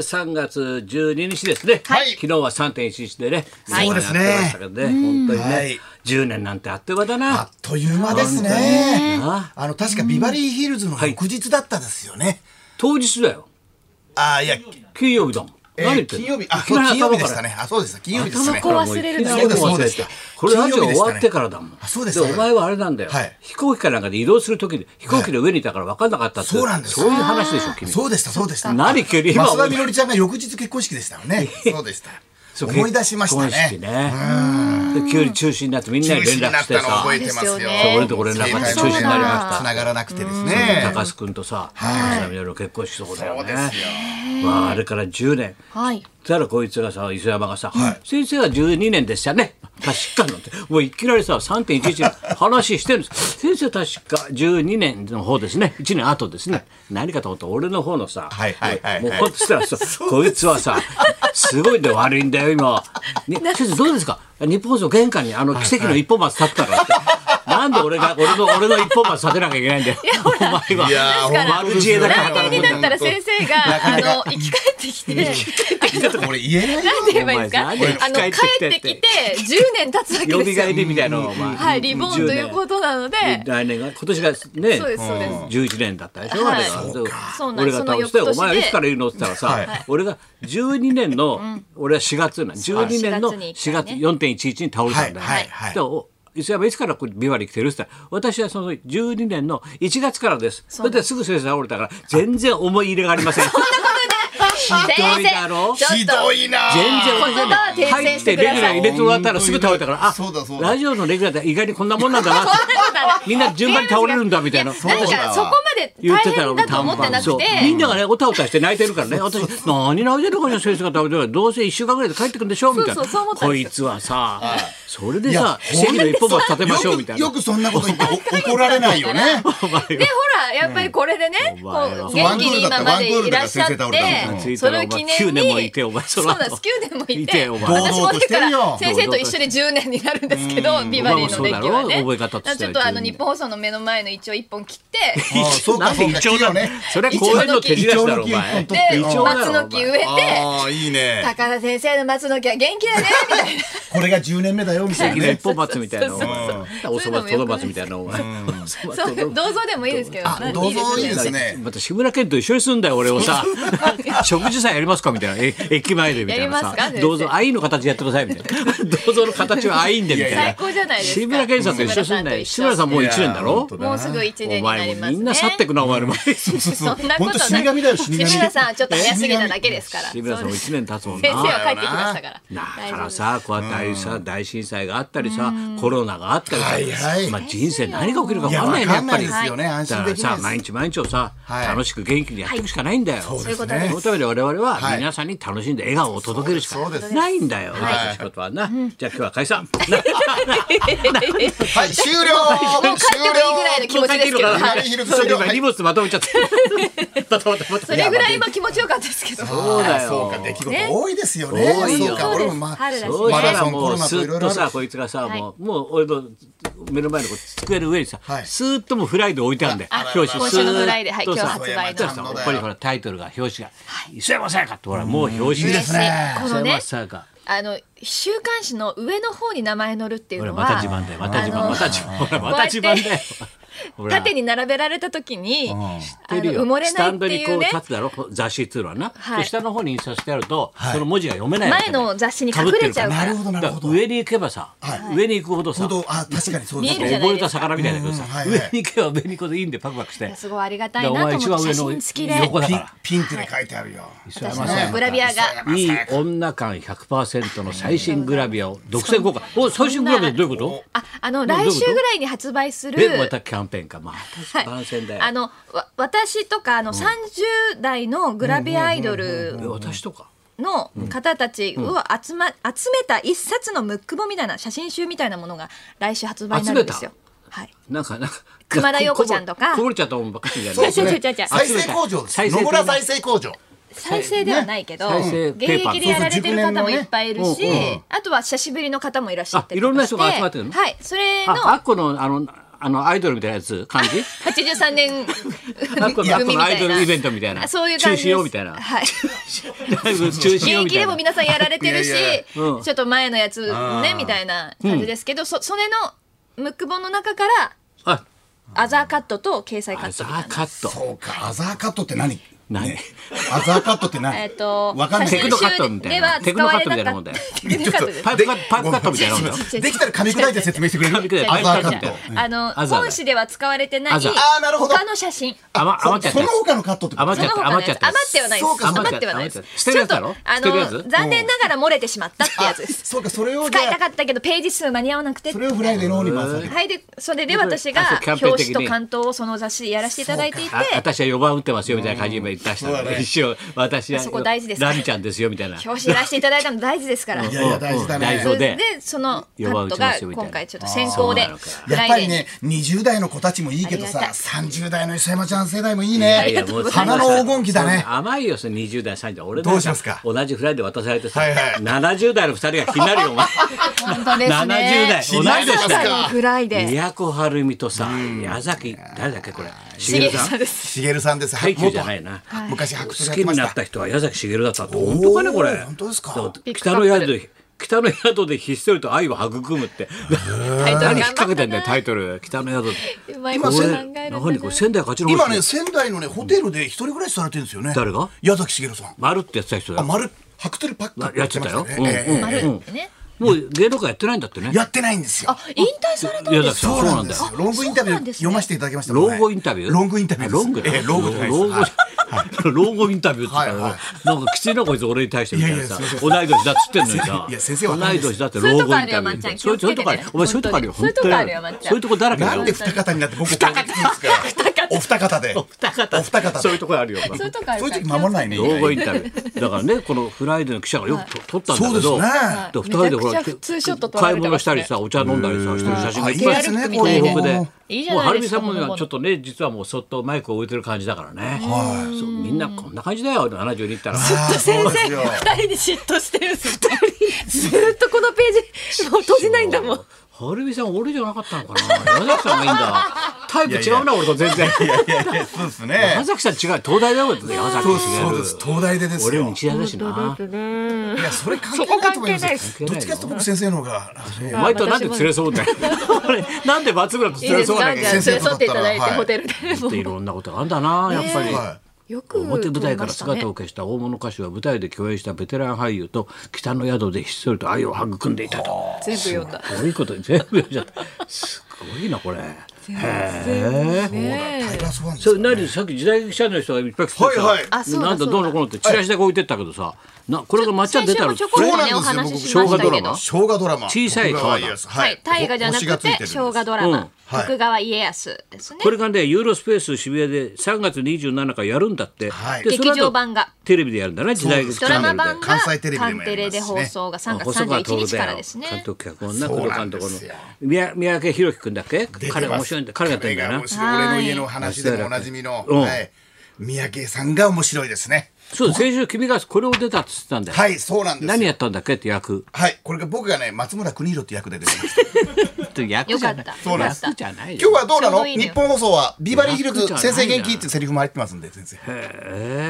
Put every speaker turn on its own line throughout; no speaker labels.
3月12日ですね、
はい
昨日は3.11でね、
はい
皆さんやってましたけどね、本当にね、
はい
10年なんてあっという間だな
あ。っという間です
ね
ね。あの確かビバリーヒルズの翌日だったですよね。
当日だよ、
ああいや、
金曜日だもん。
えー
何言ってん
金
の
曜日あ
いき
そう
なり
金曜日で
頭
し
から
たね。あそうです金曜日です
頭
ね
か。ら忘れるの
いきなり
そうです
忘れてこ
そう
れ
です
ラジオ
金曜日で
終
したね
わってからだもん。
あそうです
お前はあれなんだよ、
はい
飛行機かなんかで移動する時で飛行機の上にいたから分かんなかったって、
そうなんです
そういう話でしょ、君。
そうでしたそうでした。
何急に今
増田みのりちゃんが翌日結婚式でしたよね。そうでした。
そう
思い出しました
結婚式
ね。
ね。で急に中止になってみんな
中
に連
止にな
絡
っ
して
たの
さ
覚、えてます
そう
よ。
ですよね
俺とこ連絡
が
中
中
止
止
に
に
な
な
り
り
まし。
ましたた
繋がらなくてですね。
高須君とさ、増田みのりの結婚式そこだよ
そう
ね。
ですよ。
まああれから10年。
はい。
たらこいつがさ磯山がさ、先生は12年でしたね確かなんてもういきなりさ3.11の話してるんです 先生確か12年の方ですね1年後ですね何かと思ったら俺の方のさ、
はいはいはい
もうこうしたらさこいつはさすごいんだよ悪いんだよ今、ね、先生どうですか日本放送玄関にあの奇跡の一本松立ったからって。なんで俺が俺の俺の一本松立てなきゃいけないんだよ。お前は。
いやー
お前は
本当
マル
です
チエ
よ
だけ
来
働くん
年に
だよ
なったら先生が、あの、生き返ってきて、
俺言えない。
なんて言えばいいんですか
お前
あの、
何生き
帰
返
っ
ってき
てき
て
て、10年経つわ
呼
け
び
ですよ
返。りみたいなのお前
はい、リボーンということなので、
来年が今年がね
そうですそうです
11年だったでしょ、
はい
あれが
そうか
そうなん
俺
で
が
す
倒して
その翌年で
お前はいつから言うのって言ったらさ、
はい
俺が12年の、俺は4月なん12年の
4月に
4月
一回ね
4.11に倒れたんだよ、
はいはいはい
でお磯山いつからこれビバリー来てるって言ったら私はその12年の1月からですそ
そう
れ
なん
で
です
ぐ先生倒れたから全然思い入れがありま せん
先
どいだろ
生、
ひ
ちょっ
ど
と、
いな。
全然思い
言葉を訂
入
正
っ
してて
レ
く
ギ
だ
ュラ
さ
ー
い。
入れてもらったらすぐ倒れたからあ
そうだそうだ
ラジオのレギュラーって意外にこんなもんなんだなみんな順番に倒れるんだみたいな。
なんかそこまで
言っ
大
てたら
変
俺
だと思ってな
そう
く
みん
て、
ながねおたおたして泣いてるからね私何泣いてるのかしら先生が食べてるからどうせ1週間ぐらいで帰ってくるんでしょみたいな
そうそうそう思ったん
こ
です
い
よ
つはさそれで
い
さ
や
奇跡の一本橋立てましょうみた
よ
い
くよ
な
くそんなこと言ってお怒られないよね。
で、ほら、やっぱりこれでね、
うん
こ
お前は
う、元気に今までいらっしゃっ
ワンクールだから
う
ワンクールだから先生倒れたの
ん
て、それを記
九
念
年もい
に、
てお前そ
そう
の後
なんです、9年もい
いて
て、
お前
私も
堂々
だから
として
るよ
先生と一緒に10年になるんですけど、ビバリーの歴はね。
そうだろ覚え方としては
ちょっとあの、
12
日本放送の目の前の一応一本切って、
あそう
な
か
んで
そう
イ
か。
チョウだ
木をね。
それは公園の手品だろお
イチョウの木
前
一本取って
で、
イチョウ
松の木植えて、
ああいいね。
高田先生の松の木は元気だね、みたいな。
これが10年目だよみたい
奇跡の
なね
一。本松みたいなお前
そうそう
おそばとどばつみたいなお前おそば
そう、
とどばつ
銅像でもいいですけど。
あ銅像いいですね
また志村けんと一緒に住んだよ俺をさ食事さえやりますかみたいなえ駅前でみたいなさ
やりますか
どうぞ愛の形やってくださいみたい などうぞの形は愛んでみたいな
最高じゃないですか
志村けんさんと一緒に住んだよ志
志
村
村
さ
さ
ん
ん
もう一年だろ
いや
もうすぐ1年
お
にな
前
ります
も
ね。
みんな去ってくなお前の前に 志
そんなことない。
本当死神だよ死神
志村さんはちょっと早すぎただけですから。
村さんも一年経つもん
先生
な
は帰ってきましたから。
だ
大
か
丈夫
ら
です
さこうやってああいうさ大震災があったりさコロナがあった
は
り
い
さ
はい
まあ人生何が起きるか
い
分
や
かんな
わ
いね
か
やっ
ん
ぱ
ない
り
で
だ
すよね。安
か
心
ら
でき
さ
ないです。
毎日毎日をさ
はい
楽しく元気にやっていくしかないんだよ
そうです
そういうこと
ね
です
そのために我々は
はい
皆さんに楽しんで笑顔を届けるしか
そうですそうです
ないんだよ。私のことはな。じゃあ今日は解 散。
はい終了。
もう帰ってもいいぐらいの気持ちで すけど。
もう帰
は
って
い
いいのかな
そう今荷物まとめちゃって。まとまったまと
そ
め
れぐらい今気持ちよかったですけど。
そ
そう
だよ
そうか出来事多いですよね。
多いよ
そうか俺もまあ
春だしね
そう
マ
した
ラ
ら
ソンコ
もう
ロナ
ス
といろ
ッ
いろ
と
ある
さこいつがさ
はい
もうもう俺の目の前のこう机の上にさ
はい
スーッともうフライで置いてあるんで
あ
表紙
今
スー
週
ッ
のぐらいで、はい、
と
今日
さ
発売
ち
そ
ゃ
うん
の。
そう
と
やっ
だよ
ぱりほらタイトルが表紙が磯山さやかってほらもう表紙です
すね
こ
磯
のね
山、さやか
あの週刊誌の上の方に名前載るっていう
ほら
の
ま
は、
た自慢だよまた自慢
あの
また自慢ほらまた自慢だよほら
縦に並べられた時に、あ
知って
の
るよ
埋もれ
スタ
ない
ン
っ
ド
て
に
い
こ
う
う
ね
立。つだろこう雑誌っていうのはな、
はい
で下の方に印刷してあると、その文字が読めないわけ
前の雑誌に隠れちゃうから
なるほどな
だ
る
か
ほ
ら
ど。
上に行けばさ、上に行くほどさ
ほどあ確かにそうで
見え
す
るじゃ
ね。
ない
溺
です
れた
か
魚みたいだけどさ、
うんはいはい
上に行けば上に行くほどいいんでパクパクして
いやすごいありがた
だ
い
からお
な
前
と
一
思っ
番
て
上
写真付きで
の横だ
ピ
か
ン
ら
ピンクで書いてあるよ。
私のグラビアが
いい女感100%の最新グラビアを独占公開お最新グラビアってどういうこと
ああの
どういう
来
こと
週ぐらいに発売する
えまたキャンペーンかまた番宣だよ、
あのわ私とかあの30代のグラビアアイドル
え私とか
の方たちを集,、ま、集めた一冊のムック本みたいな写真集みたいなものが来週発売になるんですよ
集。
はい、
なんかなんか
熊田曜子ちゃんとか
こぼれちゃったもんばっかりじゃ
そ
な
う
い
そう違う違う違う
再生工場です。野村再生工場。
再生ではないけど、
再生
現
ペーパー
役でやられてる方もいっぱいいる
そう
し、
そう塾年のね
あとは久しぶりの方もいらっしゃって
あいろんな人が集まってるの
はいそれの
あ、あっこの、あの、あのアイドルみたいなやつ感じ
83年
なんか
組み
ア
た
イド
い
ルイベ
な。
ントみたいな
そういう感じです
中止よみたいな
はい。
ライブ中止
現
よみたい
役で
な
も皆さんやられてるし、
いやいや
うん
ちょっと前のやつね
ー
みたいな感じですけど、そそれのムック本の中から
あ
アザーカットと掲載
ア
カッ
ザ
トみたい
ー
な。
カット
そうか、アザーカットって何
何
ねアザーカットって何
えっ、と、
わかんない
写
テク
真集
ノカットみたいな
で
テ
は
クノ
使
カ
わ
ット
れ
みたいな
なかった
もんだよ
テクノカットです
パイプカパイプカットみたいなもんだよ
違う違う
できたら噛み砕いて説明してくれる
噛み砕いて
アザーカッ
じゃ
ト
あ。あの
アザーだ
本誌では使われてない
アザー
あーなるほど
他の写真
余余っちゃった
そそ
や
の
つ
他のカットってこと
余っちゃ
そ
っ
の
た
他の
余っ
や
ちゃ
つ
っ
余
た
ってはないで
余っちゃ
そうか
す余ってはないです
った捨てるやつだろ
ちょっとあ
捨てるやつ
の残念ながら漏れてしまったってやつで
あ
す
そうか、それをじゃ
使いたか
あ、
ったけどページ数間に合わなくて
それをフライデーの方に回される。
はいでそれで私
あそう
が
キャンペ
表
ーン的
紙
に
と関東をその雑誌でやらせていただいていて
あ私は4番打ってますよみたいな感じで今出した
そ
の
うだ
で
ね
一応私は
そこ大事ですから
ラミちゃんですよみたいな
表紙やらせていただいたの大事ですから
いやいや、大事だね。
うん大事
それ
で
でそのカットが今回ちょっと先行で
あーそう
フ
や
ラ
っぱ
イ
り
デーに
ね、20代の子たちもいいけど
あり
さ、
が
30代の磯山ちゃん世代もいい
いやい
ね
やもう。
花の黄金期だね。
甘いよその20代30代俺
どうしますか
同じフライで渡されてさ、
はいはい
70代の2人が気になるよお前
本当です
70代
ね
同い年だ
しな
最
い
よ
後のフライデー
宮古晴美とさ矢崎誰だっけこれ
し
茂
げるさ
さ
ん
ん
です
しげるさんです。
配給じゃないな
元昔
好
白鳥や
き
ってま
に
し
な
た
った人は矢崎茂だったって本当かねこ
お
れ
ー本当ですか
だ
ビッグ
北の
カップル
宿北の宿でひっそりと愛を育むって何
イトル頑張っ たな
何引っ掛けてんだよタイトル北の宿で
うまいこ
こと
考え
れ
るんだな
何これ仙台勝ちの
今
星
ね、仙台のね、ホテルで一人暮らしされてるんですよね。
誰が
矢崎しげるさん。
丸ってやってた人だ
あ、
よ
丸、白鳥パック
やってたよ
やってましたねええ
うん
丸
うん
ね
もう芸能界やってないんだってね
やってないんですよ
あ。引退されたん
矢
で
崎
す
さん
か
そうなんだよ
よロングインタビ
そ
ュ
うなんで
ー
すね
読ませていただきましたもん
老
ね。
後インタビュー
ロングインタビューです。
あロング
ええ、ロングじゃないです
老後じゃない 老後インタビューって言ったら、
はいはい
なんかきついなこいつ俺に対してみたいなさ
いやいやすいま
同い年だっつってんのにさ
いや先生わかん
同
な
い
いです
年だって
そういう
老
と
後
こ
イ
あ
ン
るよ
タビ
ま
ュ
っちゃん
ーそういうそういうとこある
気をつけてね
お前そういうとこあるよ
本当に
本当にそ
そういうとこあるよまっちゃん
ういうとこだらけだ
な
よ
んで二方になって僕ここに来てるんですか。お二方で。お
二方
お二方で。
そういうとこあるよお前
そういうとこある
そういう時
から
守らないね。
老後インタビューだからねこのフライデーの記者がよくと撮ったんだけ
そ
ど
うですね
で二人でほ
めち
ら
ゃくちゃツーショット撮ら
買
れ
い
てますね
物したりさお茶飲んだりさしてる写真がいっぱい
あいいですね
こういう
こ
僕
ういう
で
のも
いいじゃ
もう
な
はる
いで
み
す
さ
か
んも
この
ね
子
ちょっとね実はもうそっとマイクを置いてる感じだからねそうみんなこんな感じだよあ70人いったら
ずっと先生二人に嫉妬してるんですよずっとこのページもう閉じないんだもん
はるみさん俺じゃなかったのかな矢崎さんがいいんだタイプ違うな俺と全然
いやいや、そうです
矢
ね。
崎さん違う東大だもんね矢崎
そうです、そうです。
茂
東大でです
俺
よ。
より日大だしない
や、それ関係
そ
ないと思いますよ。
こ関係ないです
どっちかというと僕先生の方が。
お前となんで釣れそうだよ 俺なんで松村と
い
釣
い
れ
です
そう
かじ
だよ
ゃあ
ね
連れ添っていただいて
はい
ホテルでも
っていろんなことがあんだなやっぱり、
は
うよく
表舞台から
撮れましたね
姿を消した大物歌手は舞台で共演したベテラン俳優と北の宿でひっそりと愛を育んでいたと
全部読んだ
こういうこと全部読んじゃったすごいなこれへえ
い。タイガースファンです
そ
よ
れ何さっき時代記者の人がいっぱい来てさ、
はいはい
あそうだ
なんだ
そうだ
どうのこうのってチラシだけ置いてったけどさ、なこれが抹茶
先
出
週
たら
もちょこっと
そうなんです
ね
よ
お話ししまし
僕
た
生姜ド
け
ラ
ど
マ
生姜ドラマ。
小さい川だ
はい大河じゃなくて生姜ドラ
うん
マ
はい
徳川家康ですね
これがねユーロスペース渋谷で3月27日からやるんだって、
はい
でその後
劇場版が
テレビでやるんだね時代
そうです
チ
ド
ャ
ラ
ンネ
マ
ルで
版が
関西テレビでもやりますね
関テレで放送が3月
細川
31
徹
日
だ
から
よ
ですね
監督脚本な
そ
工
う
藤
なん
監督
ですよ
の宮宮家裕貴君だっけ
出てます
彼面白いんだ彼がやってんだよ
彼が
な
面白い俺の家の話でもおなじみの、
うん
はい、三宅さんが面白いですね
そう先週君がこれを出たって言ってたんだよ、
はいそうなんです
何
や
やったんだっけって役
はいこれが僕がね松村邦洋って役で出てました
って役じゃない
よかった
そうなんです
役じゃないよ
今日はどうな
ちょう
の
どいいね
日本放送はビバリーヒル
楽
ズ
じゃない
先生元気っていうセリフも入ってますんで先生
へ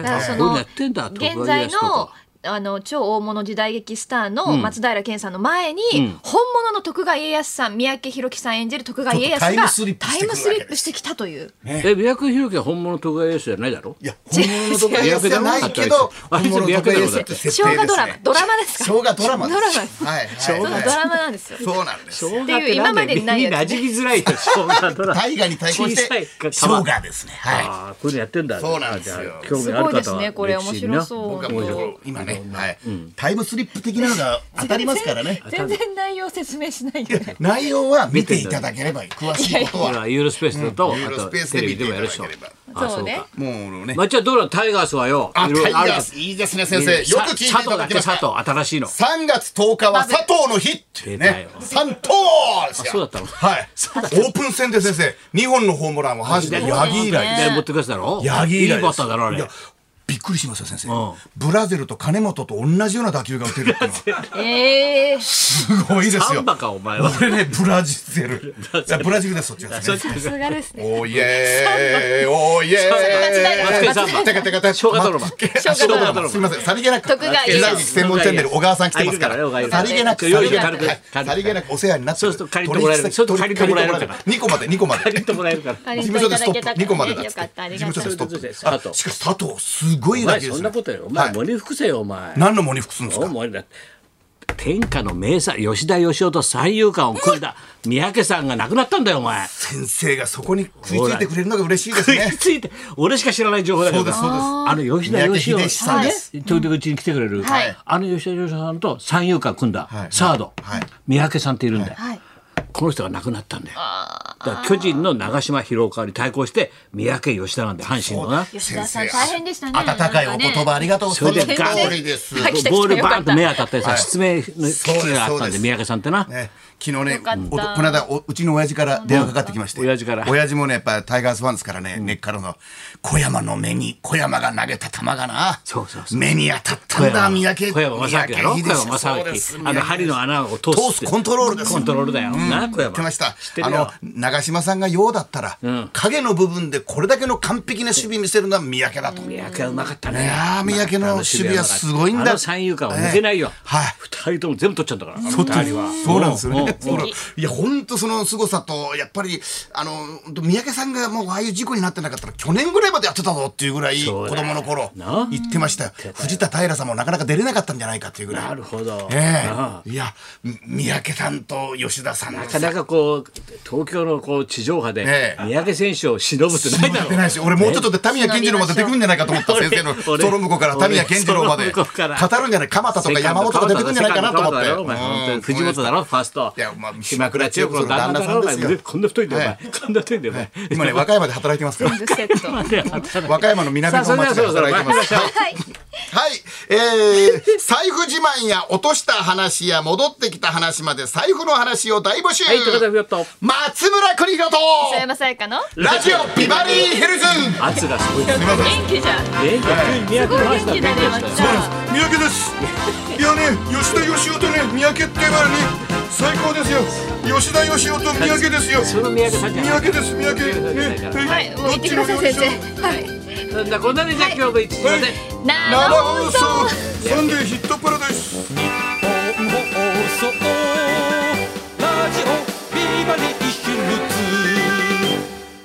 え
だからそ
こういうの
の
やってんだ
現在のあの超大物時代劇スターの松平健さんの前に、本物の徳川家康さん三宅宏樹さん演じる徳川家康が
ちょっとタイムスリップ
タ
してくるわけです
イムスリップしてきたという
え宮家裕貴は本物徳川家康じゃないだろ
いや本物のと こ
違う違う
やつじゃないけど
あい
本
つ
物のとこやつって
生
設定
姜
で
ド
す
ラマ
ね
ドラマですか
生姜ドラマ
ドラマ
ですはい
そう
はい
ド
は
ラマなんですよ
いそうなんですよ
っていう今までにないやつ
馴染みづらいよ生姜ドラマ
大河に対抗して
小さいか
生姜ですねはい
ああこういうのやってんだ
そうなんですよ
あじゃあ興味
す
ある方は
ご
い
ですねこれ面白そう
僕は
面白い
もう今ねはいタイムスリップ的なのが当たりますからね
全然内容説明しないで
内容は見ていただければいい詳しいこと
これは
は
ユーロスペースだと、
ユー
あ
ロ
と
スペース
テ
で
レ
見
ビ
て
で
い
もや
た
る
だ
でしょ
ければ
そうね
もうね
まっちゃんどうなのタイガースはよ
あタ
い
イ
ろいろ
ガ
る
ースいいですね先生よく聞いていただきまし
佐藤だ
た
っけ佐藤新しいの
3月10日は佐藤の日ってい
出
う
たよ
ね三藤ですよ
あそうだったの
はいオープン戦で先生2本のホームランを阪神で八木以来
で持ってくやつだろ
八木以来です
いいバッターだろあ
い
れ
やびっくりしますよ先生、
うん
ブラゼルと金本と同じような打球が打てるっていうのは
ええー、
すごいです
サ
よ
ンバかお 前は
俺ねブラジルいやブラジルですそっちは
そ
ね
う
さすがですね。
おーイエー イおーイエ
松
ー
井
イ
さん松井さん
てかてかてか
生姜ドラマ
松井
生姜ドラ
生
マ
姜すみませんさりげなく
徳川家康
ラジオ専門チャンネル小川さん来てますか
あいるからね小川
らさ
さん
りげなく
ちょ
さ
っと
りげな
軽く
くはい
軽く
さりげなくお世話になって
そうすると借りてもらえるそうすると借りてもらえるから
2個まで2個ま
借
で
りてもらえるから
借
事
りて
務
いた
所でストッ
だけた
プ2個までだっ
よ
つって
かった、あり
事
がと
務
う。
所でスト
そういうことです佐
ップあ
藤
しかし佐藤すごい
お
だ
前
けで
そ
す
ん
ね
なことよお前
はい
喪に服せよお前
何の喪に服するんです
お
か
前だ天下の名作吉田義雄と三遊間を組んだ三宅さんが亡くなったんだよお前
先生がそこに食いついてくれるのが嬉しいですね
ついて俺しか知らない情報だけど
そうですそうです
あの吉田義雄
三宅秀史さんです
ねちょいとうちに来てくれる、
はい
あの吉田義雄さんと三遊間組んだ、
はい
サード、
はい
三宅さんっているんだよ、
はい。
この人が亡くなったんだよだから巨人の長嶋広岡に対抗して三宅吉田なんで阪神のな
吉田さん大変でしたね。
温かいお言葉ありがとう
それで
その
ガ
通
ー
りです
はい来た来た
ボールバーンと目当たってさ、
よかった
失明の危機があったん
そうですそうで
です三宅さんってな、
ね、昨日ね
よかった
おとこの間おうちの親父から電話かかってきまして、
うん親父から
もねやっぱタイガースファンですからね、根っからの小山の目に小山が投げた球がな
そうそうそう
目に当たったんだ三宅
小山正明だろ小
三宅秀
山
史
正
そうで
明
す
あの
三宅
針の穴を通す
通すコントロールです
コントロールだよ、な小
言
山
ってました
知って
あ
る
の
よ
長嶋さんがようだったら、影の部分でこれだけの完璧な守備見せるのは三宅だと、
三
い
宅はうまかったね
やー三宅の守備はすごいん
あ
だ
の三遊間は抜けないよ、
ええはい
二人とも全部取っちゃったからあの二人は
そうなんですよ
うんうん
ね。そうなんいや、本当その凄さと、やっぱり、あの、ほんと三宅さんがもうああいう事故になってなかったら、去年ぐらいまでやってたぞっていうぐらい、
そう
子
だよ
供の頃、
な
言ってましたよ。藤田平さんもなかなか出れなかったんじゃないかっていうぐらい。
なるほど、
え
ああ
えいや、み三宅さんと吉田さんの
なかなかこう東京のこう地上波で
ええ
三宅選手を忍ぶってないだ
や
ろ
ってないし、俺もうちょっとで田宮健次郎まで出てくるんじゃないかと思った、
俺
先生の
俺
ストロムコから田宮健次郎まで、
ストロムコから
語るんじゃない、鎌田とか山本とか出てくるんじゃないかなと思っ
セ
て
カンド鎌田だろお前本当
う
に
ん。
藤本だろファースト
いやまあ
島倉千代子の旦那だろお前
旦那さんですよ
こんな太いんだよお
は
前こんな太いんだよお前
今ね、和歌山で働いてますから。
全部セット。
和歌山の南
さあ
の
それではそろ
町で
そろ
働
参
いて
りま
ま
し
す。
ょう
はい。
はい、えー、財布自慢や落とした話や戻ってきた話まで財布の話を大募集、
はい高田文夫と
松村邦洋と
磯山さやかの
ラジオビバリーヒルズ
圧がすごいね
すみません
元気じゃん。す
え急に三宅
ご
の
い
話
元気だね、松ち
よ
ゃん。
三宅ですいやね吉田義雄とね三宅って言われね最高ですよ吉田義雄と三宅ですよ
その三宅さんじゃない
です三宅
はい、もう行ってください、先生。はい。
そんなこんなでじゃあ今日も一日まで
生放送。
サンデーヒットパラダイス
放送
um